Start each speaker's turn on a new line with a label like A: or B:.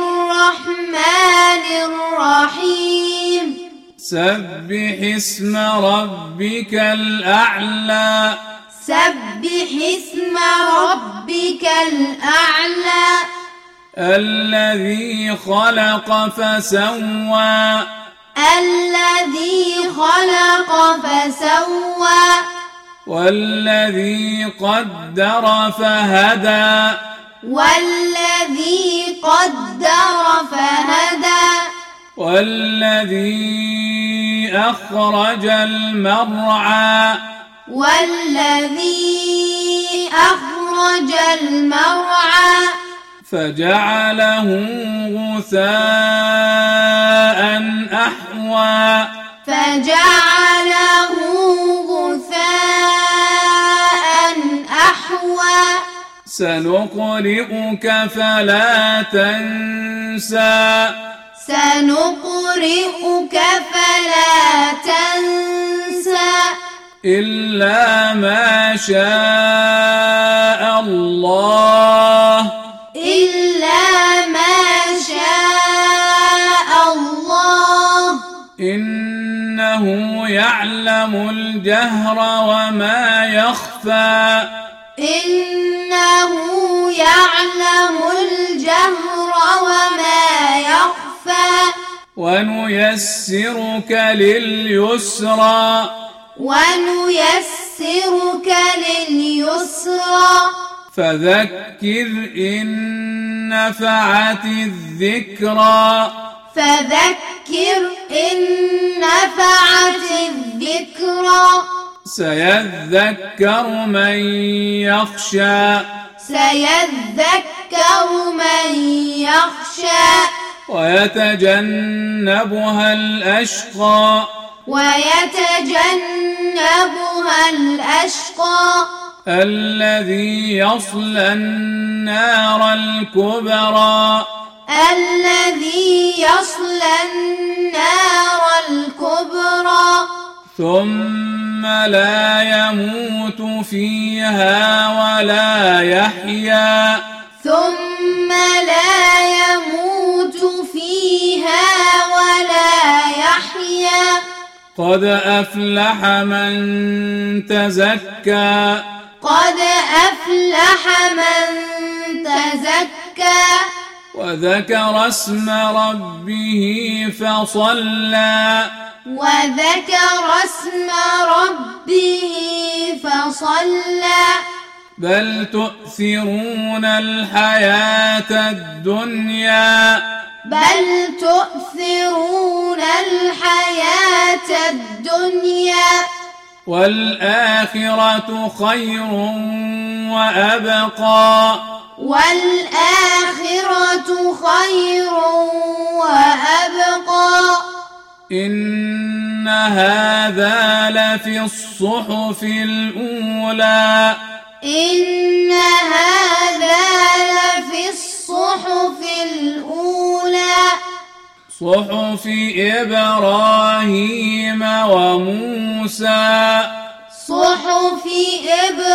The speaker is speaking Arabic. A: الرحمن الرحيم
B: سبح اسم ربك الأعلى
A: سبح اسم ربك الأعلى
B: الذي خلق فسوى
A: الذي خلق فسوى
B: والذي قدر فهدى
A: والذي قدر فهدى
B: والذي أخرج المرعى
A: والذي أخرج المرعى
B: فجعله غثاء أحوى
A: فجعله غثاء أحوى
B: سنقرئك فلا تنسى
A: سنقرئك فلا تنسى
B: إلا ما شاء الله
A: إلا ما شاء الله
B: إنه يعلم الجهر وما يخفى
A: إنه يعلم الجهر وما يخفى
B: ونيسرك لليسرى
A: ونيسرك لليسرى
B: فذكر إن نفعت الذكرى
A: فذكر إن نفعت الذكرى
B: سيذكر من يخشى
A: سيذكر من يخشى
B: ويتجنبها الأشقى
A: ويتجنبها الأشقى
B: الذي يصلى النار الكبرى
A: الذي يصلى النار الكبرى
B: ثم لا يموت فيها ولا يحيا
A: ثم لا يموت فيها ولا يحيا
B: قد أفلح من تزكى
A: قد أفلح من تزكى
B: وذكر اسم ربه فصلى
A: وذكر اسم ربه فصلى
B: بل تؤثرون الحياة الدنيا
A: بل تؤثرون الحياة الدنيا
B: والآخرة خير وأبقى
A: والآخرة خير وأبقى
B: إن هذا لفي الصحف الأولى
A: إن هذا لفي الصحف الأولى
B: صحف إبراهيم وموسى
A: صحف إبراهيم